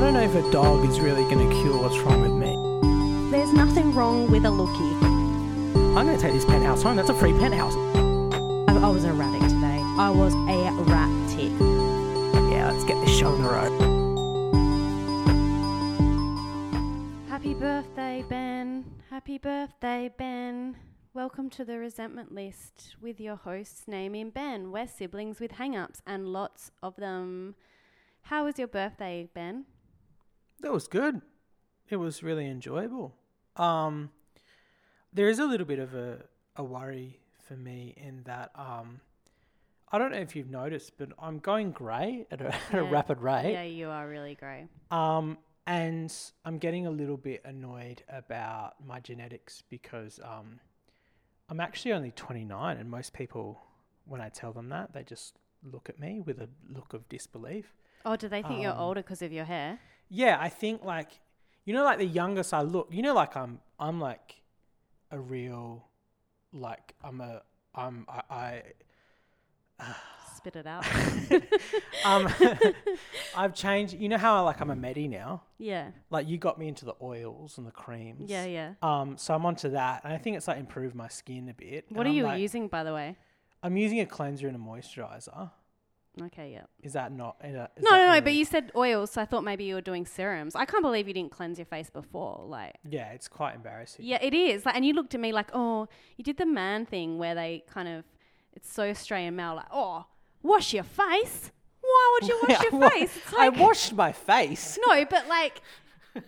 don't know if a dog is really going to cure what's wrong with me. There's nothing wrong with a lookie. I'm going to take this penthouse home. That's a free penthouse. I, I was erratic today. I was a rat tick. Yeah, let's get this show on the road. Happy birthday, Ben. Happy birthday, Ben. Welcome to the resentment list with your hosts, Naomi and Ben. We're siblings with hang ups and lots of them. How was your birthday, Ben? That was good. It was really enjoyable. Um, there is a little bit of a, a worry for me in that um, I don't know if you've noticed, but I'm going grey at a, at a Yeah. rapid rate. Yeah, you are really grey. Um, and I'm getting a little bit annoyed about my genetics because um, I'm actually only 29, and most people, when I tell them that, they just look at me with a look of disbelief. Oh, do they think you're Um, older because of your hair? Yeah, I think like you know, like the youngest I look, you know, like I'm, I'm like a real, like I'm a, I'm, I, I Spit it out. um, I've changed. You know how I like I'm a medi now. yeah, Like you got me into the oils and the creams. yeah, yeah. Um, so I'm onto that, and I think it's like improved my skin a bit. and What are I'm, you like- using, by the way? I'm using a cleanser and a moisturizer. Okay, yeah. Is that not? Is that, is No, that no, no. really- But you said oils, so I thought maybe you were doing serums. I can't believe you didn't cleanse your face before. Like, Yeah, it's quite embarrassing. Yeah, it is. Like, and you looked at me like, oh, you did the man thing where they kind of, it's so Australian male, like, oh, wash your face. Why would you wash I your wa- face? It's I like, washed my face. no, but like,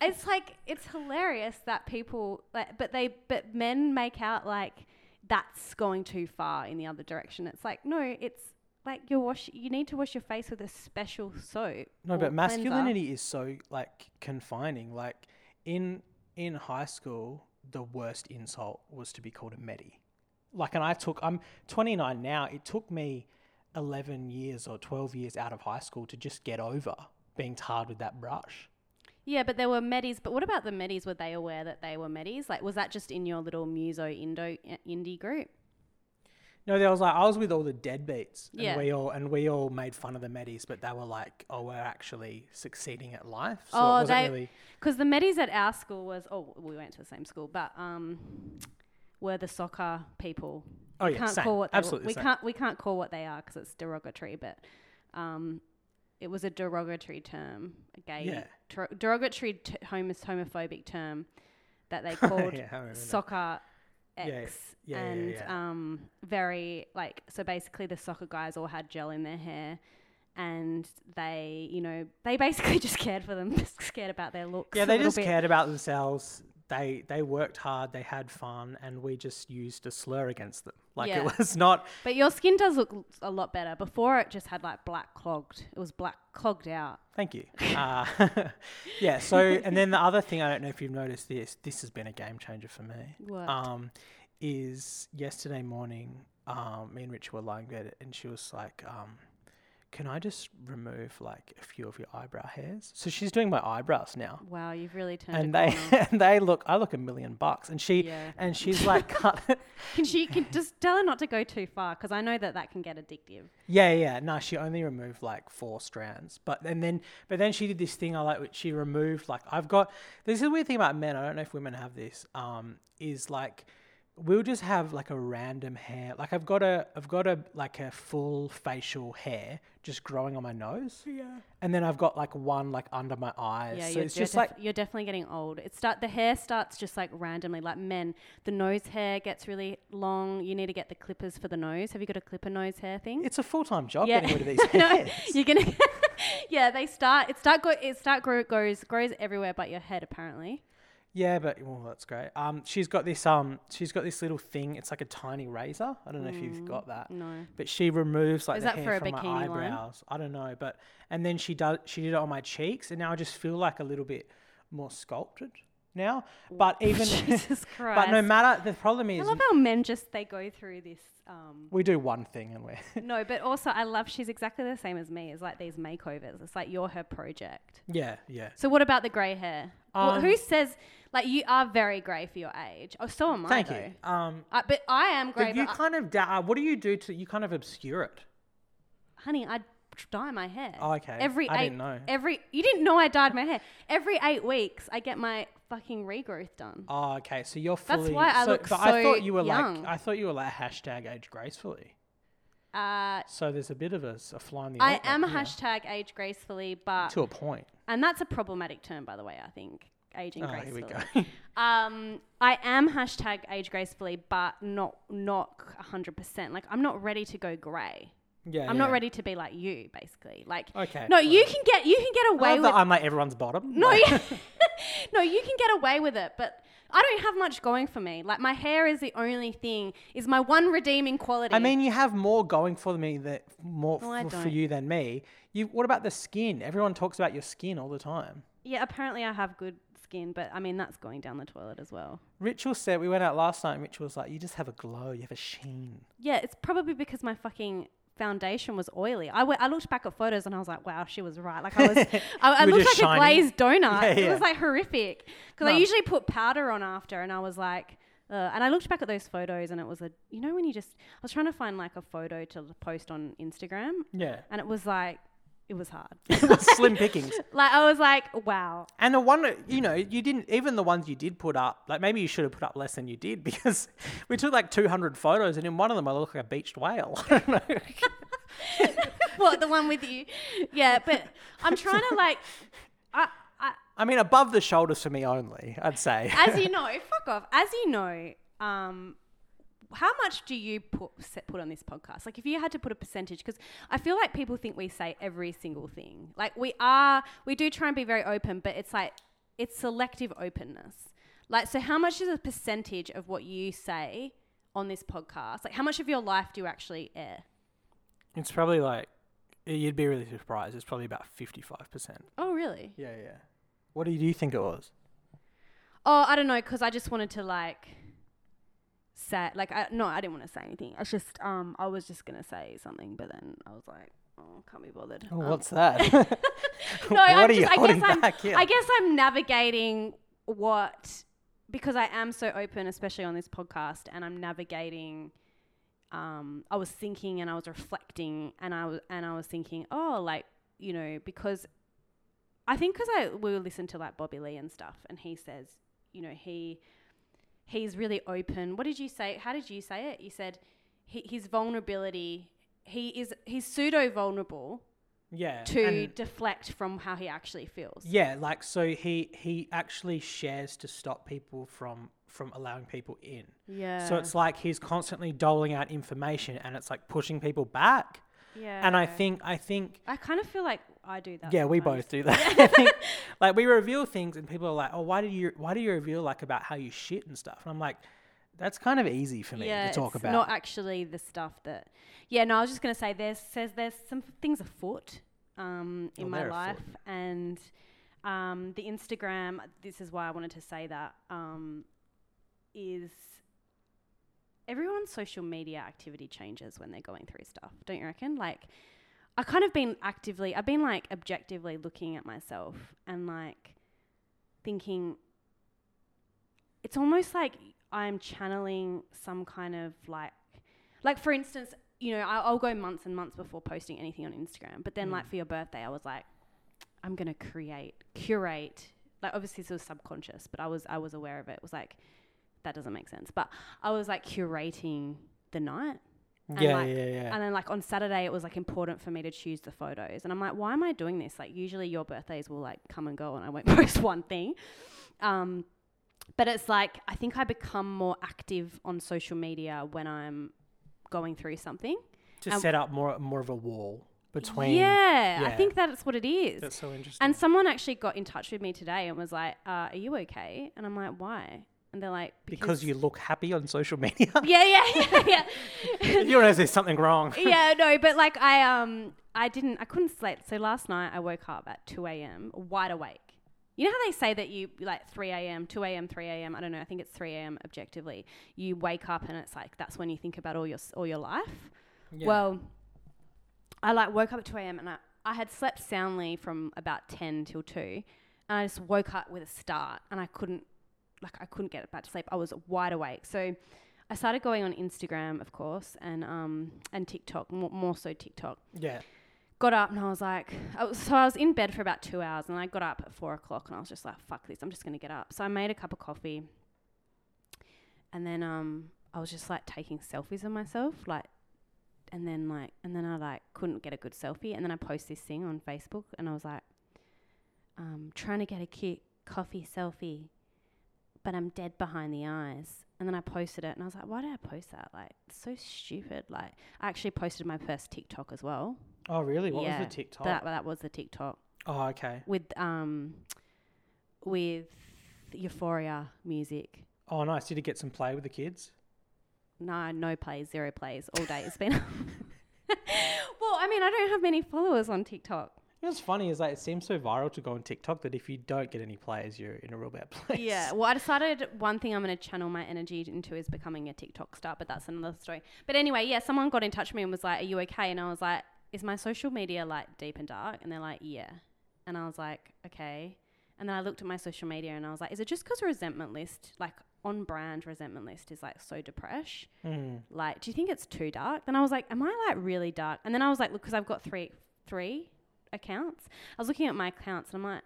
it's like it's hilarious that people, like, but they, but men make out like that's going too far in the other direction. It's like, no, it's like you wash, you need to wash your face with a special soap. No, or but cleanser. masculinity is so like confining. Like in in high school, the worst insult was to be called a medi. Like, and I took. I'm 29 now. It took me 11 years or 12 years out of high school to just get over being tarred with that brush. Yeah, but there were medis. But what about the medis? Were they aware that they were medis? Like, was that just in your little muso indo indie group? No, there was like I was with all the deadbeats, and Yeah. we all and we all made fun of the medis, but they were like, "Oh, we're actually succeeding at life." So it oh, wasn't they really. because the medis at our school was oh we went to the same school, but um, were the soccer people. Oh, We yeah, can't same. call what they were- Absolutely we same. can't we can't call what they are because it's derogatory. But um, it was a derogatory term, a gay Yeah. ter- derogatory t- homos- homophobic term that they called Oh, Yeah, I remember that. soccer Yeah, yeah, X yeah, yeah, and yeah. um very like so basically the soccer guys all had gel in their hair and they you know they basically just cared for them just cared about their looks Yeah, a they little just bit. cared about themselves. They they worked hard. They had fun, and we just used a slur against them. Like Yeah. it was not. but your skin does look l- a lot better before it just had like black clogged it was black clogged out Thank you. Uh, yeah. So, and then the other thing I don't know if you've noticed this. This has been a game changer for me. What? Um, is yesterday morning, um, me and Rich were lying in bed, and she was like, um, "Can I just remove like a few of your eyebrow hairs?" So she's doing my eyebrows now. wow you've really turned And a they corner. and they look I look a million bucks and she Yeah. and she's like cut can she can just tell her not to go too far because i know that that can get addictive Yeah, yeah. No, she only removed like four strands, but and then but then she did this thing I like. which She removed like I've got. This is a weird thing about men. I don't know if women have this. Um, is like we'll just have like a random hair. Like I've got a I've got a like a full facial hair just growing on my nose. Yeah. And then I've got like one like under my eyes. Yeah, so you're, it's you're just like def- you're definitely getting old. It start the hair starts just like randomly, like men. The nose hair gets really long. You need to get the clippers for the nose. Have you got a clipper nose hair thing? it's a full time job Yeah. getting rid of these No, hairs. you're gonna. yeah, they start. It start go. It start grow goes grows everywhere but your head apparently. Yeah, but well, that's great. Um, she's got this um, she's got this little thing. It's like a tiny razor. I don't know if Mm. you've got that. No. But she removes like Is the that hair for a from my bikini line? eyebrows. I don't know, but and then she does. She did it on my cheeks, and now I just feel like a little bit more sculpted now. But even, Jesus but no Christ. matter the problem I is love how men just they go through this. Um, we do one thing and we're no, but also I love she's exactly the same as me. It's like these makeovers. It's like you're her project. yeah yeah. So what about the grey hair? Well, Um, who says like you are very grey for your age? Oh, so am I. Thank though. you. Um, I, but I am grey. but uh, you but uh I- kind of da- what do you do to you kind of obscure it? honey, I tr- dye my hair. Oh, okay. Every I eight, didn't know. Every you didn't know I dyed my hair. Every eight weeks, I get my fucking regrowth done. Oh, okay. So you're That's fully. why I so, look but I so thought you were young. like. I thought you were like hashtag age gracefully. Oh. Uh, So there's a bit of a, s- a fly in the I ointment am here. hashtag age gracefully, but to a point. and that's a problematic term, by the way. I think aging Oh, here gracefully. we go. Um, I am hashtag age gracefully, but not not hundred percent. Like I'm not ready to go grey. yeah, I'm not yeah. ready to be like you, basically. Like Okay, no, you right. can get you can get I away love with that I'm like everyone's bottom. no, Like, yeah. no, you can get away with it, but I don't have much going for me. Like my hair is the only thing is my one redeeming quality. I mean, you have more going for me that more No, I f- for don't. you than me. You. What about the skin? Everyone talks about your skin all the time. yeah, apparently I have good skin, but I mean that's going down the toilet as well. Rachel said we went out last night. and Rachel was like, "You just have a glow. You have a sheen." Yeah, it's probably because my fucking foundation was oily. I went- I looked back at photos and I was like, wow, she was right. Like I was, I, I You were looked like just a shiny. glazed Yeah, donut. It yeah. was like horrific because I No. usually put powder on after, and I was like. Uh, and I looked back at those photos, and it was a you know when you just I was trying to find like a photo to post on Instagram, Yeah, and it was like it was hard. slim pickings. like I was like, wow, And the one, that- you know, you didn't, even the ones you did put up, like maybe you should have put up less than you did because we took like 200 photos and in one of them I look like a beached whale. I don't know. what the one with you? Yeah, but I'm trying to like, I, I I mean, above the shoulders for me only, I'd say. as you know, fuck off. As you know, um, how much do you put set, put on this podcast? Like, if you had to put a percentage, because I feel like people think we say every single thing. Like, we are, we do try and be very open, but it's like it's selective openness. Like, so how much is a percentage of what you say on this podcast? Like, how much of your life do you actually air? It's probably like, you'd be really surprised. It's probably about 55%. Oh, really? Yeah, yeah. What do you, do you think it was? Oh, I don't know, because I just wanted to like say like I no, I didn't want to say anything. I just um I was just gonna say something, but then I was like, oh, can't be bothered. Oh, Um, what's that? what no, I'm just, I guess I'm I guess I'm navigating what because I am so open, especially on this podcast, and I'm navigating. Um, I was thinking and I was reflecting, and I was and I was thinking, oh, like you know, because I think because I we listen to like Bobby Lee and stuff, and he says, you know, he he's really open. What did you say? How did you say it? You said he, his vulnerability. He is he's pseudo vulnerable yeah. to and- deflect from how he actually feels. Yeah, like so he he actually shares to stop people from from allowing people in. Yeah. So it's like he's constantly doling out information and it's like pushing people back. yeah. And I think I think I kind of feel like I do that. yeah, we sometimes. both do that. I think, like we reveal things and people are like, "Oh, why did you why do you reveal like about how you shit and stuff?" And I'm like, that's kind of easy for me to talk it's about. Not actually the stuff that. Yeah, no, I was just gonna say there's says there's some things afoot um, Well, in my Oh, they're life afoot. and um, the Instagram. This is why I wanted to say that um, is everyone's social media activity changes when they're going through stuff. Don't you reckon? Like, I kind of been actively. I've been like objectively looking at myself and like thinking it's almost like I'm channeling some kind of like, like for instance, you know, I- I'll go months and months before posting anything on Instagram. But then, like for your birthday, I was like, I'm gonna create, curate. Like obviously, this was subconscious, but I was I was aware of it. It was like that doesn't make sense. But I was like curating the night. And yeah, like, yeah, yeah. And then like on Saturday, it was like important for me to choose the photos. And I'm like, why am I doing this? Like usually your birthdays will like come and go, and I won't post one thing. Um, but it's like I think I become more active on social media when I'm going through something. to and- set up more more of a wall between yeah, I yeah. think that's what it is. That's so interesting. And someone actually got in touch with me today and was like, uh, "Are you okay?" And I'm like, "Why?" And they're like, because you look happy on social media. Yeah, yeah, yeah, yeah. you don't know if there's something wrong. yeah, no, but like I um I didn't I couldn't sleep. So last night I woke up at two a.m. wide awake. You know how they say that you like three a.m., two a.m., three a.m. I don't know. I think it's three a.m. Objectively, you wake up and it's like that's when you think about all your s- all your life. Well, I like woke up at two a.m. and I I had slept soundly from about ten till two, and I just woke up with a start and I couldn't like I couldn't get back to sleep. I was wide awake. So I started going on Instagram, of course, and um and TikTok, more, more so TikTok, yeah. got up and I was like, I was, so I was in bed for about two hours and I got up at four o'clock and I was just like, fuck this, I'm just going to get up. So I made a cup of coffee and then um, I was just like taking selfies of myself, like, and then like, and then I like couldn't get a good selfie. And then I post this thing on Facebook and I was like, um, trying to get a cute coffee selfie, but I'm dead behind the eyes. And then I posted it and I was like, why did I post that? Like, it's so stupid. Like, I actually posted my first TikTok as well. Oh, really? What Yeah, was the TikTok? That that was the TikTok Oh, okay. with um with Euphoria music. Oh, nice. Did you get some play with the kids? No, no plays, zero plays all day. It's been. well, I mean, I don't have many followers on TikTok. You know what's funny is like it seems so viral to go on TikTok that if you don't get any players, you're in a real bad place. Yeah. Well, I decided one thing I'm going to channel my energy into is becoming a TikTok star, but that's another story. But anyway, yeah, someone got in touch with me and was like, "Are you okay?" And I was like, "Is my social media like deep and dark?" And they're like, "Yeah." And I was like, "Okay." And then I looked at my social media and I was like, "Is it just because resentment list like on brand resentment list is like so depressed? Mm. Like, do you think it's too dark?" Then I was like, "Am I like really dark?" And then I was like, "Look, because I've got three three accounts. I was looking at my accounts and I'm like."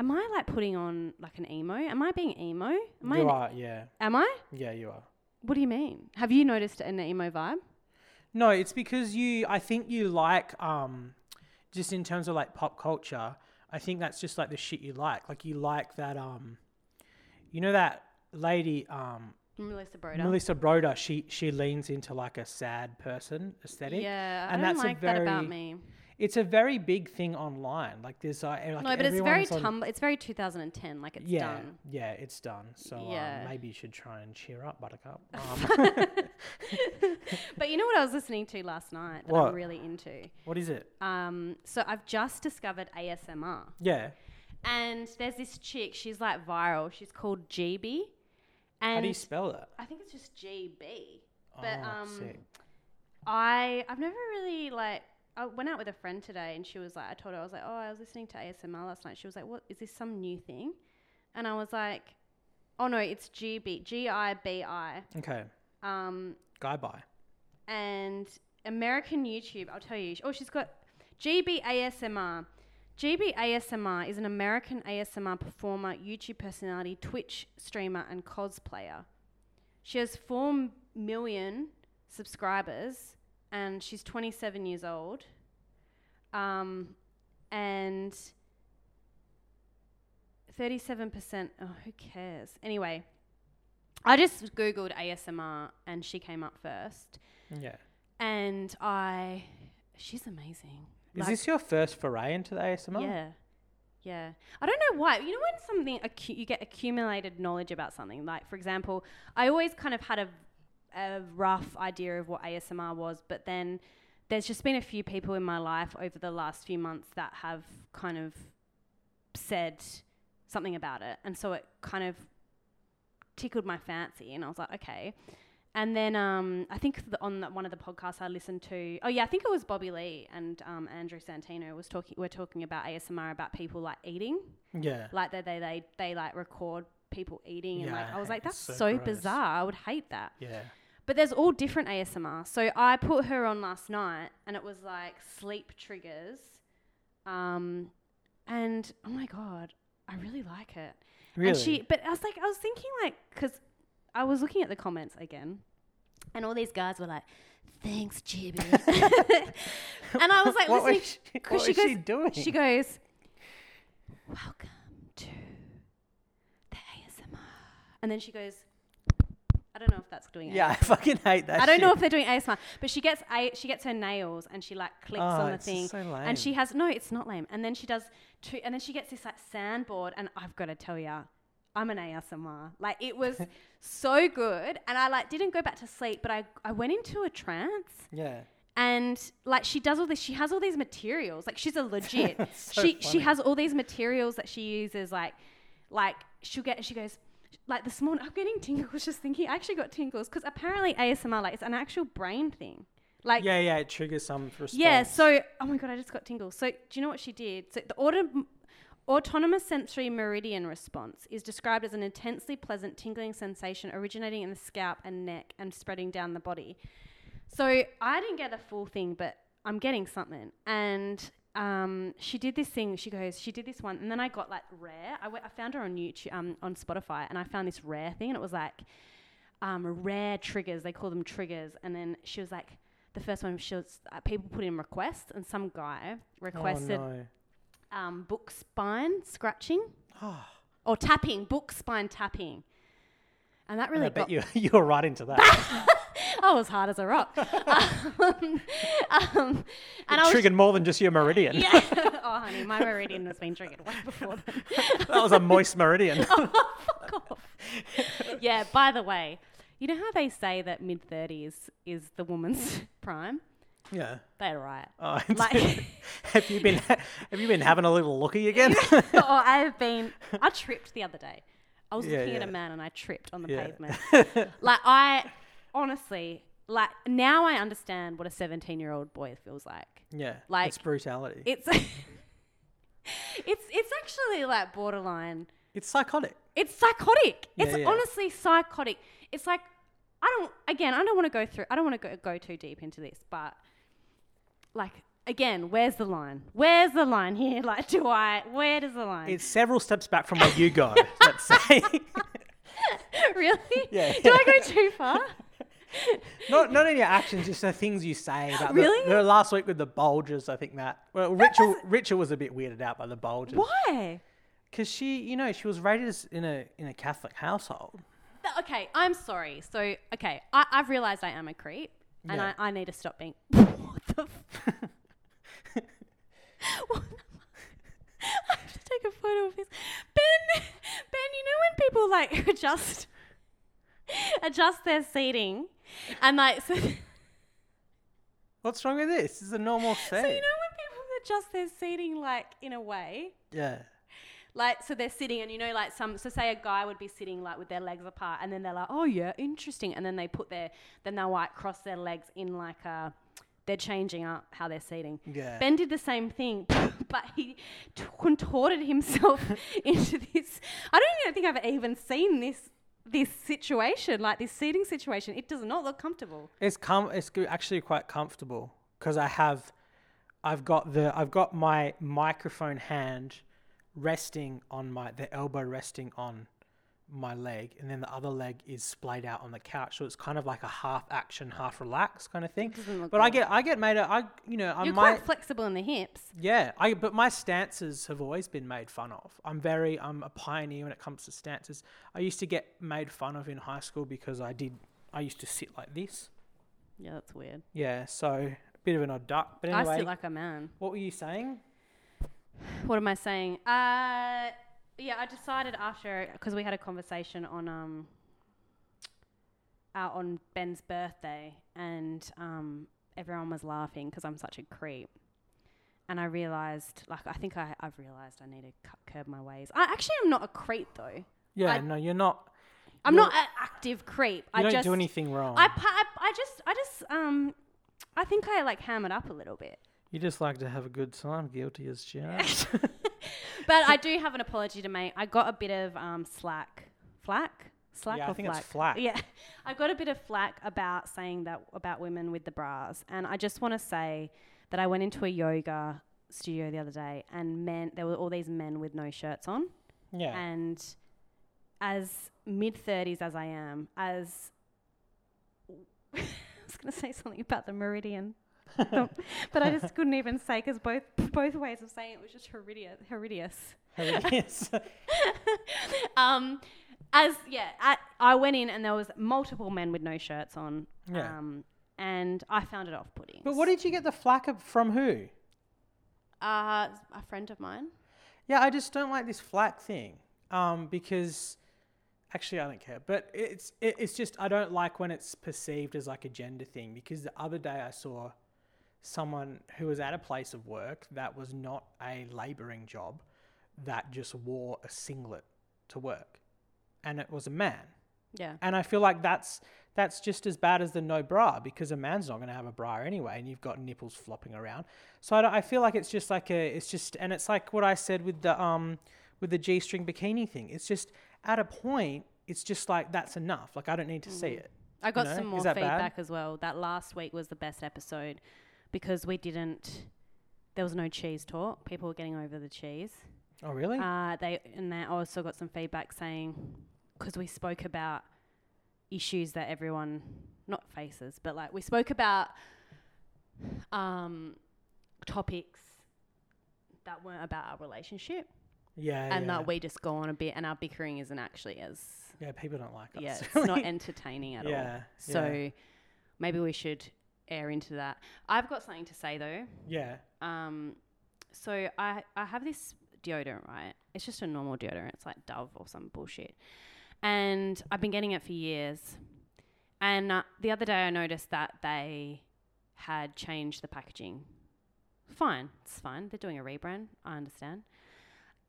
Am I like putting on like an emo? Am I being emo? Am I? You an- are, yeah. Am I? Yeah, you are. What do you mean? Have you noticed an emo vibe? No, it's because you. I think you like, um, just in terms of like pop culture. I think that's just like the shit you like. Like you like that. Um, you know that lady, um, Melissa Broder. Melissa Broder. She she leans into like a sad person aesthetic. Yeah, And I don't that's a like that very- about me. It's a very big thing online. Like there's uh, like no, but it's very everyone's on- tumble. It's very 2010. Like it's yeah, done. yeah, it's done. So Yeah. um, maybe you should try and cheer up, Buttercup. Um, But you know what I was listening to last night that What? I'm really into. what is it? Um, so I've just discovered ASMR, Yeah. and there's this chick. She's like viral. She's called GB, and How do you spell that? I think it's just GB. But oh, um, sick. I I've never really like I went out with a friend today and she was like I told her I was like oh I was listening to ASMR last night she was like what is this some new thing and I was like oh no it's GB G I B I Okay. um Guy by. and American YouTube I'll tell you oh she's got GB ASMR GB ASMR is an American ASMR performer YouTube personality Twitch streamer and cosplayer she has 4 million subscribers and she's 27 years old. Um, and 37%, oh, who cares? Anyway, I just Googled ASMR and she came up first. Yeah. And I, she's amazing. Is Like- this your first foray into the ASMR? yeah. Yeah. I don't know why. You know when something accu- you get accumulated knowledge about something, like for example, I always kind of had a a rough idea of what ASMR was, but then there's just been a few people in my life over the last few months that have kind of said something about it. And so it kind of tickled my fancy and I was like, okay. And then um, I think the, on the, one of the podcasts I listened to, oh yeah, I think it was Bobby Lee and um, Andrew Santino was talking. We're talking about ASMR about people like eating, Yeah. like they they they, they like record people eating, and Yeah, like I I was hate- like, that's it's so, so gross. bizarre. I would hate that. Yeah. But there's all different ASMR. So I put her on last night, and it was like sleep triggers, um, and oh my god, I really like it. Really? And she, but I was like, I was thinking like, because I was looking at the comments again, and all these guys were like, "Thanks, Jibby," and I was like, what listening, was she, what 'cause was she she goes- doing? she goes, "Welcome to the ASMR," and then she goes, "I don't know if that's doing yeah, I fucking hate that I don't know shit. if they're doing ASMR, but she gets a, she gets her nails and she like clicks Oh, on the it's just thing, so lame. and she has no, it's not lame. And then she does two, and then she gets this like sandboard, and I've got to tell ya, I'm an ASMR. Like it was so good, and I like didn't go back to sleep, but I I went into a trance Yeah. and like she does all this she has all these materials like she's a legit So she she funny. has all these materials that she uses like like she'll get she goes like this morning i'm getting tingles just thinking i actually got tingles because apparently asmr like it's an actual brain thing like Yeah, yeah, it triggers some response. yeah, so oh my god, I just got tingles. So do you know what she did? So the auto- autonomous sensory meridian response is described as an intensely pleasant tingling sensation originating in the scalp and neck and spreading down the body. So I didn't get the full thing, but I'm getting something. And um, she did this thing. She goes, she did this one, and then I got like rare. I, w- I found her on YouTube, um, on Spotify, and I found this rare thing, and it was like um, rare triggers. They call them triggers. And then she was like, the first one, she was uh, people put in requests, and some guy requested Oh, no. um, book spine scratching Ah, or tapping, book spine tapping. And that and really I bet got you you were right into that. I was hard as a rock. um, um, and I it was triggered more than just your meridian. yeah. oh, honey, my meridian has been triggered way before then. that was a moist meridian. Fuck off. yeah. By the way, you know how they say that mid thirties is the woman's prime? yeah. They're right. Oh, Like- have you been have you been having a little looky again? oh, I've been. I tripped the other day. I was Yeah, looking at yeah. a man and I tripped on the Yeah. pavement. like I honestly, like now I understand what a seventeen-year-old boy feels like. yeah. Like- it's brutality. It's it's it's actually like borderline. it's psychotic. It's psychotic. It's yeah. honestly psychotic. It's like I don't again, I don't want to go through I don't want to go, go too deep into this, but like again, where's the line? Where's the line here? Like do I where does the line? It's several steps back from where you go. let's say really? Yeah. Do I go too far? not not in your actions, just the things you say. About Really? The, the last week with the bulges, I think that. Well, Rachel Rachel was a bit weirded out by the bulges. Why? Because she, you know, she was raised as- in a in a Catholic household. Th- Okay, I'm sorry. So, okay, I, I've realized I am a creep and Yeah. I, I need to stop being. What the? F- What the f- I have to take a photo of this. Ben, Ben, you know when people like adjust adjust their seating and like so, What's wrong with this? This is a normal so you thing. know when people adjust their seating like in a way yeah. Like, so they're sitting, and you know, like some, so say a guy would be sitting like with their legs apart, and then they're like, oh yeah, interesting. And then they put their, then they'll like cross their legs in like a, they're changing up how they're seating. Yeah. Ben did the same thing, but he t- contorted himself into this. I don't even think I've even seen this. This situation, like this seating situation, it does not look comfortable. It's com- it's go- actually quite comfortable because I have, I've got the I've got my microphone hand resting on my the elbow resting on my leg, and then the other leg is splayed out on the couch, so it's kind of like a half action, half relaxed kind of thing. doesn't look But I get I get made a I you know I You're might quite flexible in the hips. yeah I but my stances have always been made fun of. I'm very I'm a pioneer when it comes to stances. I used to get made fun of in high school because I did I used to sit like this. Yeah, that's weird. Yeah, so a bit of an odd duck. But anyway, I sit like a man. what were you saying? What am I saying? Uh, yeah, I decided after because we had a conversation on um, uh, on Ben's birthday, and um, everyone was laughing because I'm such a creep. And I realized, like, I think I, I've realized I need to cu- curb my ways. I actually am not a creep though. Yeah, I- no, you're not. I'm You're- not an active creep. You I don't just do anything wrong. I, pa- I I just I just um, I think I like ham it up a little bit. you just like to have a good time. Guilty as charged. but I do have an apology to make. I got a bit of um, slack, flack, slack Yeah, I or think it's flack? flack. Yeah, I got a bit of flack about saying that about women with the bras, and I just want to say that I went into a yoga studio the other day, and men there were all these men with no shirts on, yeah, and as mid thirties as I am, as I was going to say something about the meridian. but I just couldn't even say because both both ways of saying it was just horridious. horridious Yes. um, as yeah, I, I went in and there was multiple men with no shirts on. Yeah. Um, and I found it off-putting. but what did you get the flack of from who? Uh, a friend of mine. Yeah, I just don't like this flack thing. Um, because actually, I don't care. But it's it, it's just I don't like when it's perceived as like a gender thing. Because the other day I saw someone who was at a place of work that was not a labouring job that just wore a singlet to work, and it was a man. Yeah. And I feel like that's that's just as bad as the no bra because a man's not going to have a bra anyway, and you've got nipples flopping around. So I, don't- I feel like it's just like a it's just and it's like what I said with the um with the g string bikini thing. It's just at a point, it's just like that's enough. Mm. Like I don't need to see it. I got know, some is more that bad? feedback as well. That last week was the best episode because we didn't. There was no cheese talk. People were getting over the cheese. Oh, really? Uh, they and they also got some feedback saying because we spoke about issues that everyone not faces, but like we spoke about um, topics that weren't about our relationship, yeah. and Oh, yeah. that we just go on a bit, and our bickering isn't actually as Yeah, people don't like us. yeah, it's not really. entertaining at all. yeah. So yeah. maybe we should air into that. I've got something to say though. yeah. Um, so I I have this deodorant, right? It's just a normal deodorant. It's like Dove or some bullshit, and I've been getting it for years. And uh, the other day, I noticed that they had changed the packaging. Fine, it's fine. They're doing a rebrand. I understand.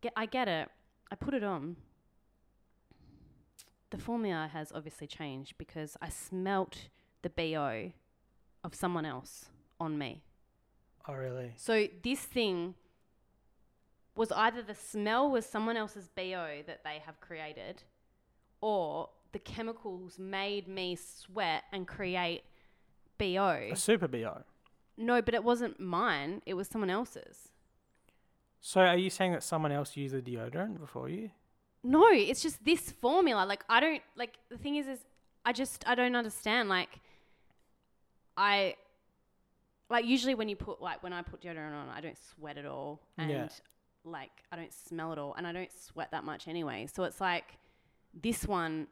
Get, I get it. I put it on. The formula has obviously changed because I smelt the BO of someone else on me. Oh, really? So this thing was either the smell was someone else's BO that they have created, or the chemicals made me sweat and create BO. A super bo. No, but it wasn't mine, it was someone else's. So, are you saying that someone else used the deodorant before you? No, it's just this formula. Like I don't like the thing is is I just I don't understand. Like I like usually when you put like when I put deodorant on, I don't sweat at all. And Yeah. like I don't smell at all and I don't sweat that much anyway. So it's like this one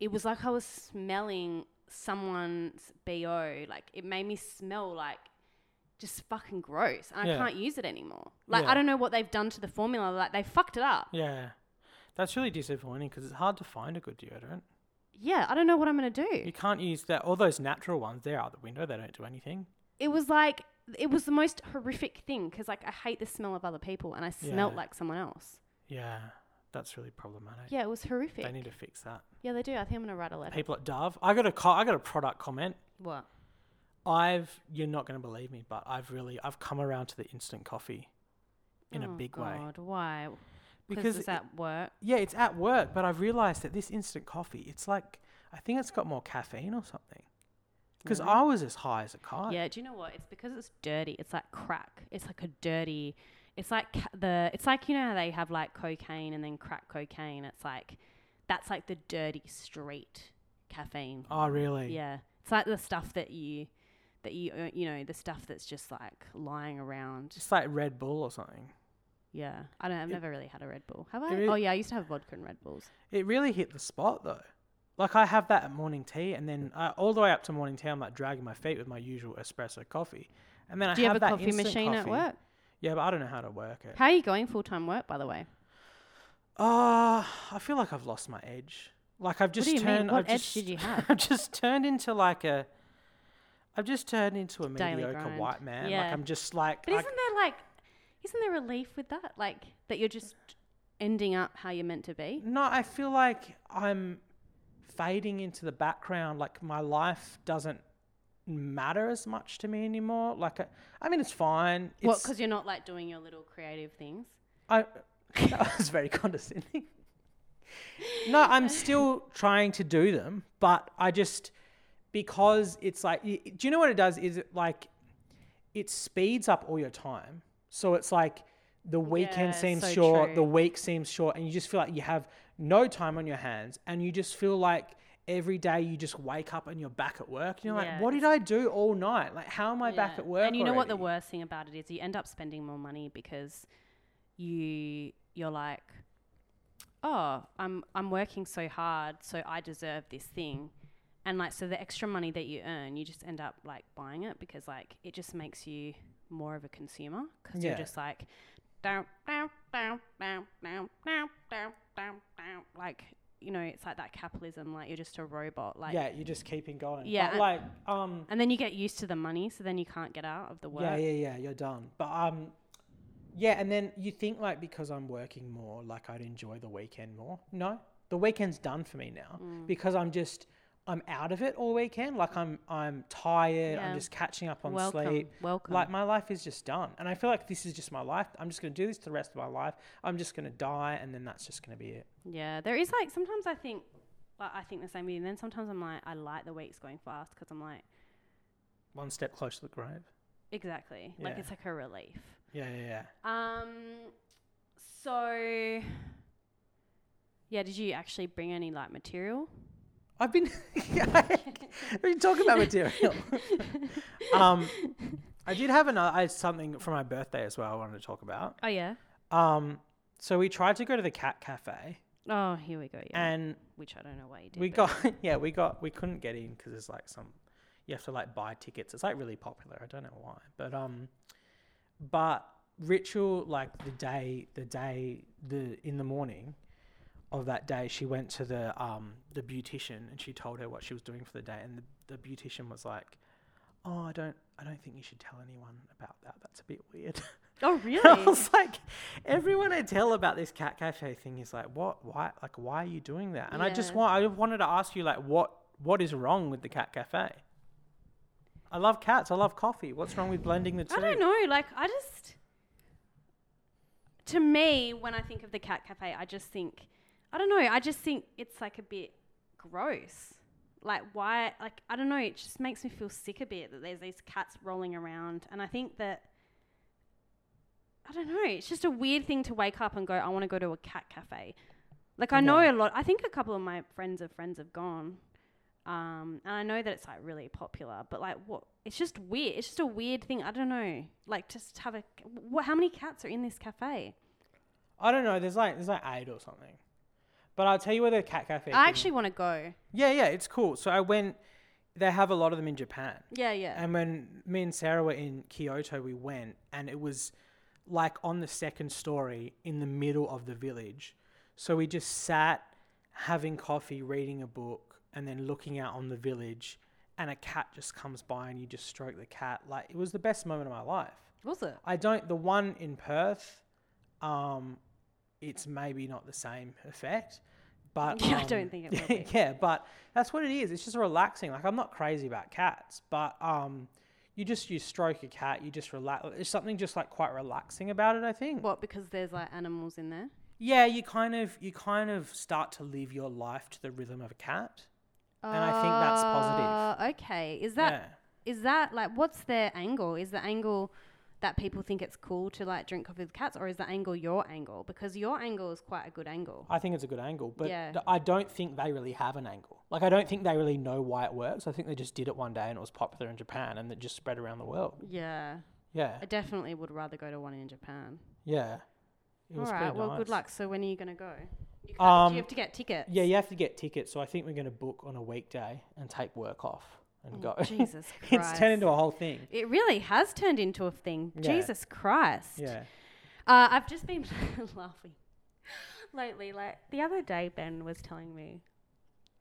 it was like I was smelling someone's BO. Like it made me smell like just fucking gross. And Yeah. I can't use it anymore. Like Yeah. I don't know what they've done to the formula. Like they fucked it up. Yeah. That's really disappointing because it's hard to find a good deodorant. Yeah, I don't know what I'm gonna do. You can't use that. All those natural ones, they're out the window. They don't do anything. It was like it was the most horrific thing because like I hate the smell of other people and I smelt Yeah. like someone else. Yeah. That's really problematic. Yeah, it was horrific. They need to fix that. yeah, they do. I think I'm gonna write a letter. People at Dove. I got a co- I got a product comment. What? I've you're not going to believe me, but I've really I've come around to the instant coffee in a big way. Oh, God, why? Because Because it's it- at work. Yeah, it's at work, but I've realized that this instant coffee, it's like I think it's got more caffeine or something. Because Really? I was as high as a kite. Mm. Yeah, do you know what? It's because it's dirty. It's like crack. It's like a dirty. It's like ca- the. It's like you know how they have like cocaine and then crack cocaine. It's like that's like the dirty street caffeine. Oh, really? Yeah, it's like the stuff that you that you uh, you know the stuff that's just like lying around. Just like Red Bull or something. Yeah, I don't. I've It- never really had a Red Bull. Have I? It is- oh yeah, I used to have vodka and Red Bulls. It really hit the spot though. Like I have that at morning tea, and then uh, all the way up to morning tea, I'm like dragging my feet with my usual espresso coffee, and then I Do you have, have, a that coffee instant machine at coffee. work? Yeah, but I don't know how to work it. How are you going full time work, by the way? Ah, I feel like I've lost my edge. Like I've just you mean? turned. What I've edge just, did you have? I've just turned into like a. I've just turned into a Daily mediocre grind. white man. Yeah. Like I'm just like. But I- isn't there like, isn't there relief with that? Like that you're just ending up how you're meant to be. no, I feel like I'm fading into the background. Like my life doesn't matter as much to me anymore. Like I, I mean, it's fine. It's, What? Because you're not like doing your little creative things. I that was very condescending. No, I'm still trying to do them, but I just because it's like y- do you know what it does is it like it speeds up all your time. So it's like the weekend Yeah, seems so short, true. the week seems short and you just feel like you have no time on your hands and you just feel like every day you just wake up and you're back at work. You're Yeah, like, what did I do all night? Like how am I back Yeah. at work? And you know what the already?" worst thing about it is? You end up spending more money because you you're like, oh, I'm I'm working so hard, so I deserve this thing, and like so the extra money that you earn, you just end up like buying it because like it just makes you more of a consumer because Yeah. you're just like. Down, down, down, down, down, down, down, down, down. Like, you know, it's like that capitalism. Like, you're just a robot. Like, Yeah, you're just keeping going. Yeah, But and- like um and then you get used to the money, so then you can't get out of the work. Yeah, yeah, yeah. You're done. But um, yeah, and then you think like because I'm working more, like I'd enjoy the weekend more. No, the weekend's done for me now Mm. because I'm just I'm out of it all weekend. Like I'm I'm tired. Yeah. I'm just catching up on welcome, sleep. Welcome. Like my life is just done, and I feel like this is just my life. I'm just going to do this the rest of my life. I'm just going to die, and then that's just going to be it. yeah, there is like sometimes I think, like, I think the same thing. And then sometimes I'm like, I like the weeks going fast because I'm like, One step closer to the grave. Exactly. Like Yeah. it's like a relief. Yeah, yeah, yeah. Um, so yeah, did you actually bring any like material? I've been I've been talking about material. um, I did have another I had something for my birthday as well. I wanted to talk about. Oh yeah. Um, so we tried to go to the cat cafe, Oh, here we go. Yeah. and Which I don't know why you did. we but- got yeah we got we couldn't get in because there's like some you have to like buy tickets. It's like really popular. I don't know why, but um, but ritual like the day the day the in the morning of that day she went to the um the beautician and she told her what she was doing for the day and the, the beautician was like oh i don't i don't think you should tell anyone about that that's a bit weird Oh I really? was like, everyone I tell about this cat cafe thing is like, what, why, like, why are you doing that? And I just Yeah. want, I wanted to ask you, like, what, what is wrong with the cat cafe? I love cats. I love coffee. What's wrong with blending the two? I don't know. Like I just, to me, when I think of the cat cafe, I just think, I don't know. I just think it's like a bit gross. Like why? Like I don't know. It just makes me feel sick a bit that there's these cats rolling around, and I think that. I don't know. It's just a weird thing to wake up and go. I want to go to a cat cafe. Like I know Yeah. a lot. I think a couple of my friends of friends have gone, um, and I know that it's like really popular, but like what? It's just weird. It's just a weird thing. I don't know. Like just have a. What? How many cats are in this cafe? I don't know. There's like, there's like eight or something. But I'll tell you where the cat cafe. I thing- actually want to go. Yeah, yeah, it's cool. So I went. They have a lot of them in Japan. Yeah, yeah. And when me and Sarah were in Kyoto, we went, and it was like on the second story in the middle of the village. So we just sat having coffee, reading a book, and then looking out on the village. And a cat just comes by, and you just stroke the cat. Like it was the best moment of my life. Was it? I don't. The one in Perth, um, it's maybe not the same effect, but Yeah, I um, don't think it will be. yeah, but that's what it is. It's just relaxing. Like I'm not crazy about cats, but um, you just you stroke a cat, you just relax. There's something just like quite relaxing about it. I think. What? Because there's like animals in there. yeah, you kind of you kind of start to live your life to the rhythm of a cat. And I think that's positive. positive. Uh, Okay. Is that yeah. is that like what's their angle is the angle that people think it's cool to like drink coffee with cats or is the angle your angle because your angle is quite a good angle I think it's a good angle, but Yeah. th- I don't think they really have an angle. Like, I don't think they really know why it works. I think they just did it one day and it was popular in Japan and it just spread around the world. yeah Yeah, i definitely would rather go to one in japan yeah. It all was right pretty well nice. good luck so when are you going to go you, can't- Um, you have to get tickets Yeah, you have to get tickets, so I think we're going to book on a weekday and take work off and go. Oh, jesus christ it's turned into a whole thing. it really has turned into a thing Yeah. jesus christ Yeah. Uh, I've just been laughing lately. Like the other day, Ben was telling me,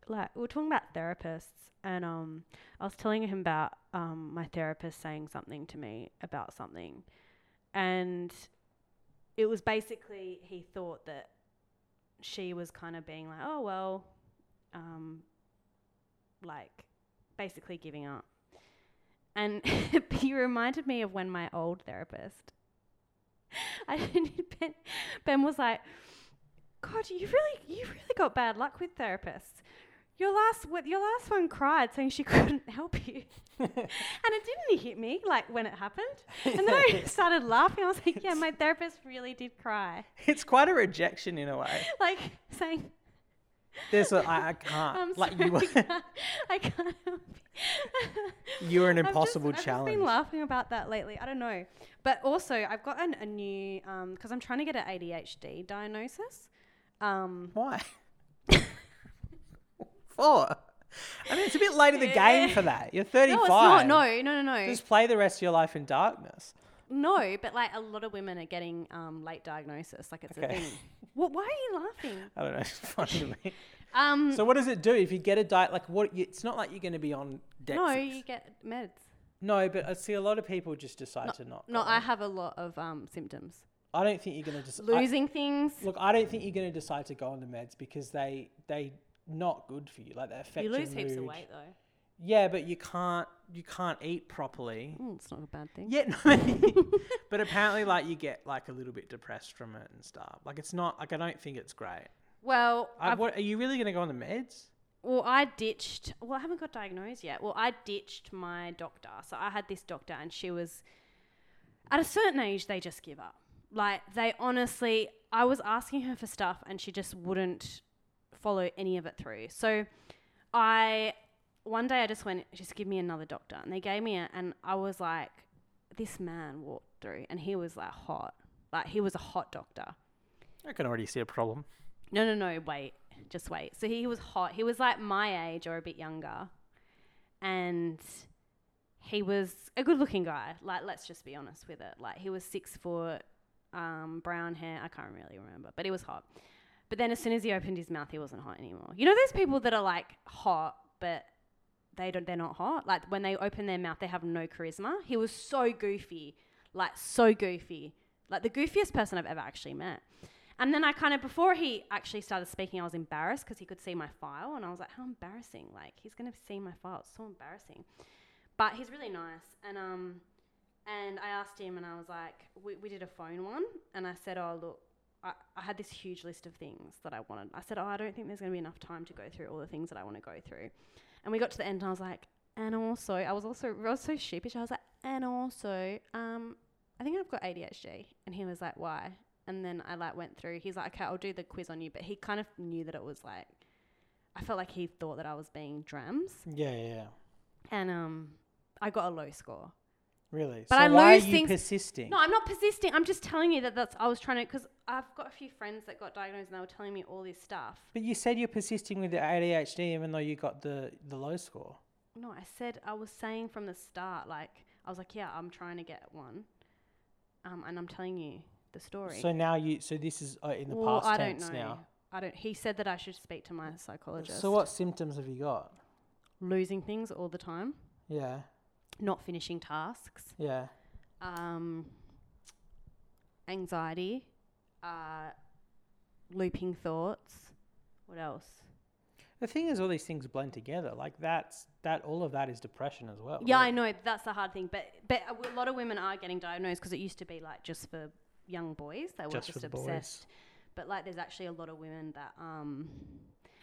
like we were talking about therapists, and um, I was telling him about um my therapist saying something to me about something, and it was basically he thought that she was kind of being like, oh well, um, like basically giving up. And he reminded me of when my old therapist I didn't. Ben, ben was like, "God, you really, you really got bad luck with therapists. Your last, what- your last one cried saying she couldn't help you, and it didn't hit me like when it happened. And then I started laughing. I was like, "Yeah, my therapist really did cry, It's quite a rejection in a way. like saying." There's a, I, I can't. I'm like, sorry, you were, I, can't, I can't help you. you were an I've just- impossible I've just, challenge. been laughing about that lately. I don't know, but also I've got an, a new because I'm trying to get an ADHD diagnosis. Um, Why? Four. I mean, it's a bit late in the game for that. You're 35. no, it's not. No, no, no, no, Just play the rest of your life in darkness. no. But like a lot of women are getting um, late diagnosis. Like it's a Okay. thing. Well, why are you laughing? I don't know. It's funny to me. Um, So what does it do if you get a diet? Like what? You, it's not like you're going to be on Dex. no, you get meds. No, but I see a lot of people just decide to not. No, go I on. have a lot of um, symptoms. I don't think you're going to just I, Losing things. look. I don't think you're going to decide to go on the meds because they they not good for you. Like they affect You your lose heaps of mood. weight though. Yeah, but you can't you can't eat properly. Mm, it's not a bad thing. Yeah, no, but apparently, like you get like a little bit depressed from it and stuff. Like it's not like I don't think it's great. Well, I, I've- what, are you really going to go on the meds? Well, I ditched. Well, I haven't got diagnosed yet. Well, I ditched my doctor. So I had this doctor, and she was. At a certain age, they just give up. Like, they honestly. I was asking her for stuff, and she just wouldn't follow any of it through. So I. One day I just went, just give me another doctor. And they gave me it, and I was like, this man walked through, and he was like hot. Like, he was a hot doctor. I can already see a problem. No, no, no, wait. Just wait. So he was hot. He was like my age or a bit younger. And he was a good looking guy. Like, let's just be honest with it. Like, he was six foot, um, brown hair. I can't really remember, but he was hot. But then as soon as he opened his mouth, he wasn't hot anymore. You know, those people that are like hot, but they don't, they're not hot. Like, when they open their mouth, they have no charisma. He was so goofy. Like, so goofy. Like, the goofiest person I've ever actually met. And then I kind of, before he actually started speaking, I was embarrassed because he could see my file. And I was like, how embarrassing. Like, he's going to see my file. It's so embarrassing. But he's really nice. And, um, and I asked him and I was like, we, we did a phone one. And I said, oh, look, I, I had this huge list of things that I wanted. I said, oh, I don't think there's going to be enough time to go through all the things that I want to go through. And we got to the end and I was like, and also, I was also, I was so sheepish. I was like, and also, um, I think I've got ADHD. And he was like, why? And then I like went through. He's like, okay, I'll do the quiz on you. But he kind of knew that it was like, I felt like he thought that I was being drams. Yeah, yeah, yeah. And um, I got a low score. Really. But so I why lose are you things- persisting? No, I'm not persisting. I'm just telling you that that's, I was trying to, because I've got a few friends that got diagnosed and they were telling me all this stuff. But you said you're persisting with the ADHD even though you got the, the low score. No, I said, I was saying from the start, like, I was like, yeah, I'm trying to get one. Um, and I'm telling you the story. So now you so this is uh, in the Well, past I don't tense know. now. I don't, he said that I should speak to my psychologist. So what symptoms have you got? Losing things all the time, Yeah, not finishing tasks. yeah. um, anxiety, uh, looping thoughts. What else? The thing is, all these things blend together. Like that's that. All of that is depression as well. Yeah, Like, I know that's the hard thing, but but a lot of women are getting diagnosed because it used to be like just for young boys; they were Just for just, the boys. obsessed. But like, there's actually a lot of women that um.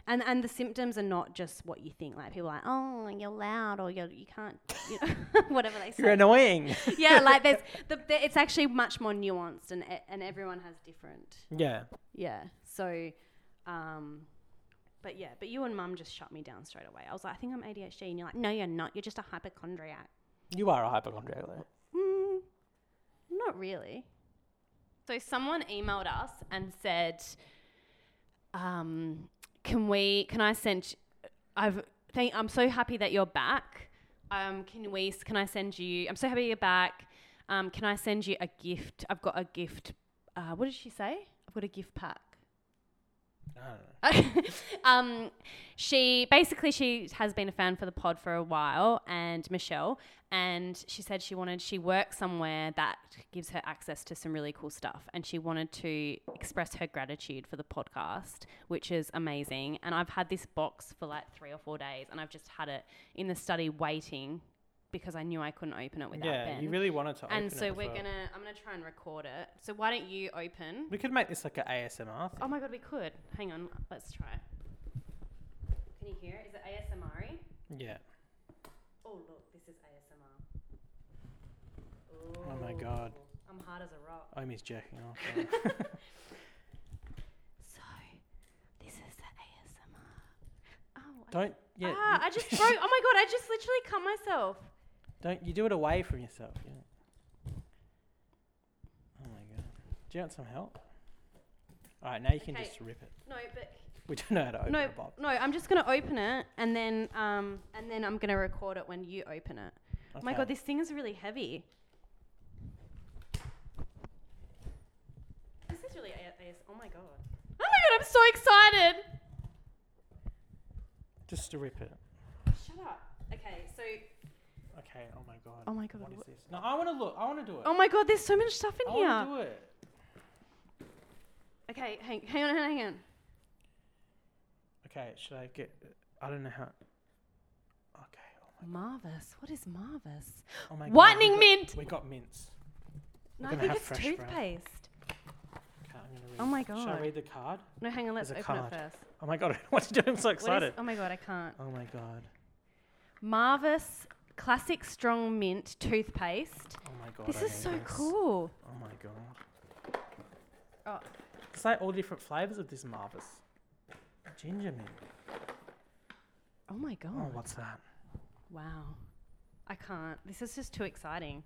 And, and the symptoms are not just what you think. Like people are like, oh, you're loud, or you're you can't, you know, whatever they say. You're annoying. yeah, like there's the, the, it's actually much more nuanced, and e- and everyone has different yeah. Yeah. So, um, but yeah, but you and mum just shut me down straight away. I was like, I think I'm ADHD. And you're like, no, you're not. You're just a hypochondriac. You are a hypochondriac. though. Mm, not really. So, someone emailed us and said, um, can we, can I send, I've, thank, I'm so happy that you're back. Um, can we, can I send you, I'm so happy you're back. Um, can I send you a gift? I've got a gift. Uh, what did she say? I've got a gift pack. I don't know. um, she basically she has been a fan for the pod for a while, and Michelle, and she said she wanted she works somewhere that gives her access to some really cool stuff, and she wanted to express her gratitude for the podcast, which is amazing. And I've had this box for like three or four days, and I've just had it in the study waiting because I knew I couldn't open it without yeah, Ben. you really wanted to. and open so it as we're well. gonna I'm gonna try and record it. So why don't you open? We could make this like an ASMR. Thing. Oh my god, we could. Hang on, let's try. Can you hear? it? Is it ASMR? Yeah. Oh look, this is ASMR. Oh my god. Ooh, I'm hard as a rock. Amy's jerking off. So, this is the ASMR. Oh. I- don't. Yeah. ah, you- I just broke. Oh my god, I just literally cut myself. Don't you do it away from yourself? Yeah. Oh my god. Do you want some help? All right, now you can Okay. just rip it. No, but We don't know how to open no, a box. no. I'm just gonna open it and then um and then I'm gonna record it when you open it. Oh my Okay. god, this thing is really heavy. This is really A- AS. Oh my god. Oh my god, I'm so excited. Just to rip it. Shut up. Okay, so. Okay. Oh my god. Oh my god. What wha- is this? No, I want to look. I want to do it. Oh my god, there's so much stuff in I here. want to Oh, do it. Okay, hang, hang on, hang on. Okay. Should I get? I don't know how. Okay. Oh Marvis. What is Marvis? my, oh my Whitening god. we got- mint. We got mints. We're No, I gonna think have it's fresh bread. toothpaste. Okay. I'm gonna read. Oh my Should I God. read the card? No, hang on. Let's There's open a it card. first. Oh my god! What are you doing? I'm so What is- excited. oh my god, I can't. Oh my god! Marvis Classic Strong Mint toothpaste. Oh my god! this I is need so cool. Oh my god! Oh, It's like all different flavors of this Marvis. Ginger mint. oh my god. Oh, what's that? Wow. I can't. This is just too exciting.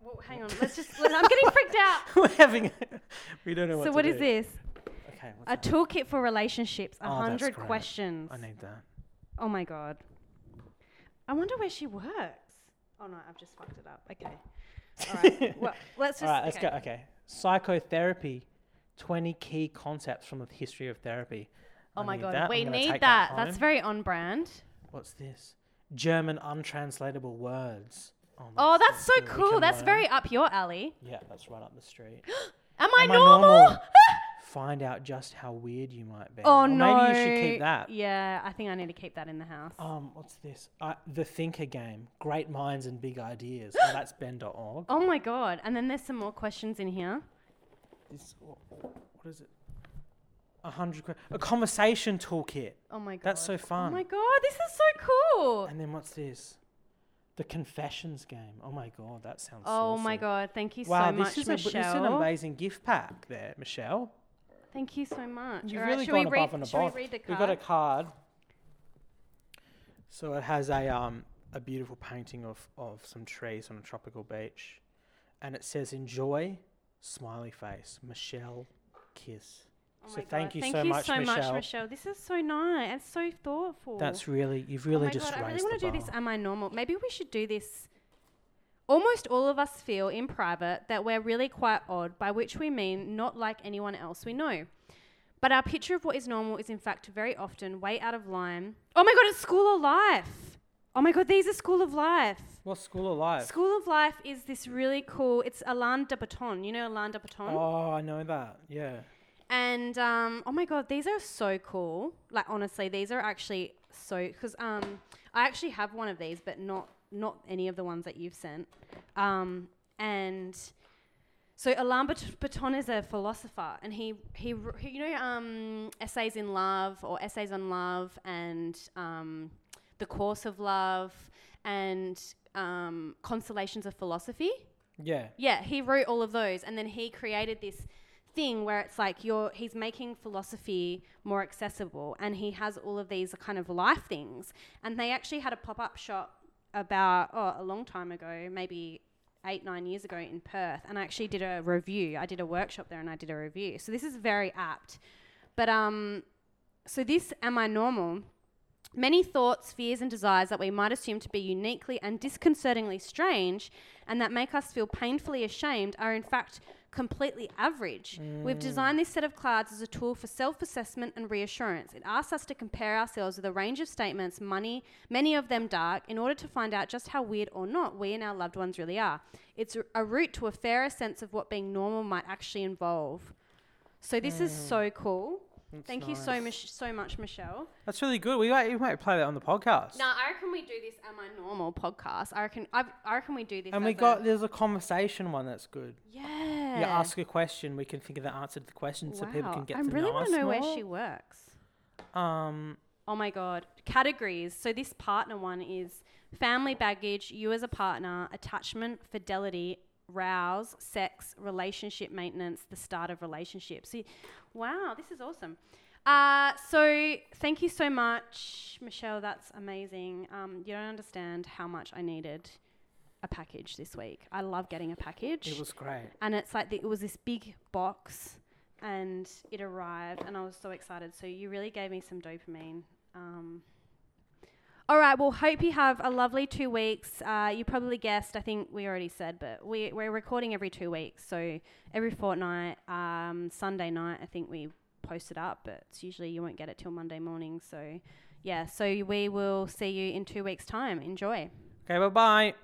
Well, hang on. Let's just. let- I'm getting freaked out. We're having. we don't know what. so to what is do. this? Okay. What's A that? toolkit for relationships. A Oh, that's hundred great. questions. I need that. Oh my god. I wonder where she works. Oh no, I've just fucked it up. Okay. All right. Well, let's just. All right, let's okay. go. Okay. Psychotherapy 20 key concepts from the history of therapy. Oh I my need god, that. I'm we gonna need take that. That's home. very on brand. What's this? German untranslatable words. Oh, that's that's so good. We cool. can That's learn. very up your alley. Yeah, that's right up the street. Am I Am I normal? normal? Find out just how weird you might be. oh Or no. Maybe you should keep that. Yeah, I think I need to keep that in the house. Um, what's this? Uh, the Thinker Game: Great Minds and Big Ideas. Oh, that's Ben.org. Oh my god. And then there's some more questions in here. This, what, what is it? A hundred. que- A conversation toolkit. Oh my god. That's so Oh fun. my god, this is so cool. And then what's this? The confessions game. Oh my god, that sounds. Oh my saucy. god, thank you Wow, so this much, is a, this is Michelle. an amazing gift pack there, Michelle. Thank you so much. You've All right, really should gone we above read, and should we above. read the We've got a card. card? So it has a um a beautiful painting of of some trees on a tropical beach, and it says enjoy, smiley face, Michelle, kiss. Oh so my thank God, you so much, Michelle. This is so nice and so thoughtful. That's really you've really oh my just God, I really raised want the to bar. do this. Am I normal? Maybe we should do this. Almost all of us feel in private that we're really quite odd, by which we mean not like anyone else we know. But our picture of what is normal is in fact very often way out of line. Oh my god, it's school of life. Oh my god, these are school of life. What school of life? School of Life is this really cool. It's Alain de Botton. You know Alain de Botton? Oh, I know that. Yeah. And um, oh my god, these are so cool. Like honestly, these are actually so because um, I actually have one of these, but not not any of the ones that you've sent. Um, and so Alain Bat- Botton is a philosopher, and he he, wr- he you know um, essays in love or essays on love and um, the course of love and um, consolations of philosophy. Yeah. Yeah, he wrote all of those, and then he created this thing where it's like you're he's making philosophy more accessible, and he has all of these kind of life things. And they actually had a pop up shop about oh a long time ago, maybe eight nine years ago in Perth, and I actually did a review. I did a workshop there, and I did a review. So this is very apt. But um, so this am I normal? Many thoughts, fears, and desires that we might assume to be uniquely and disconcertingly strange and that make us feel painfully ashamed are in fact completely average. We've designed this set of cards as a tool for self assessment and reassurance. It asks us to compare ourselves with a range of statements, money, many of them dark, in order to find out just how weird or not we and our loved ones really are. It's a- a route to a fairer sense of what being normal might actually involve. So, this is so cool. Thank you so, much, so much, Michelle. That's really good. We might, we might play that on the podcast. No, I reckon we do this Am I Normal podcast. I reckon I, I reckon we do this. and we as a- got there's a conversation one that's good. yeah. You ask a question, we can think of the answer to the question, so people Wow. can get I to really know want us to know where more. she works. Um, Oh my god, categories. So this partner one is family baggage, you as a partner, attachment, fidelity, rouse, sex, relationship maintenance, the start of relationships. So, wow, this is awesome. Uh, so thank you so much, Michelle. That's amazing. Um, you don't understand how much I needed a package this week. I love getting a package it was great. and it's like the, it was this big box and it arrived and i was so excited so you really gave me some dopamine um, all right well hope you have a lovely two weeks uh, you probably guessed i think we already said but we, we're recording every two weeks so every fortnight um, sunday night i think we post it up but it's usually you won't get it till monday morning so yeah so we will see you in two weeks time enjoy Okay, bye bye.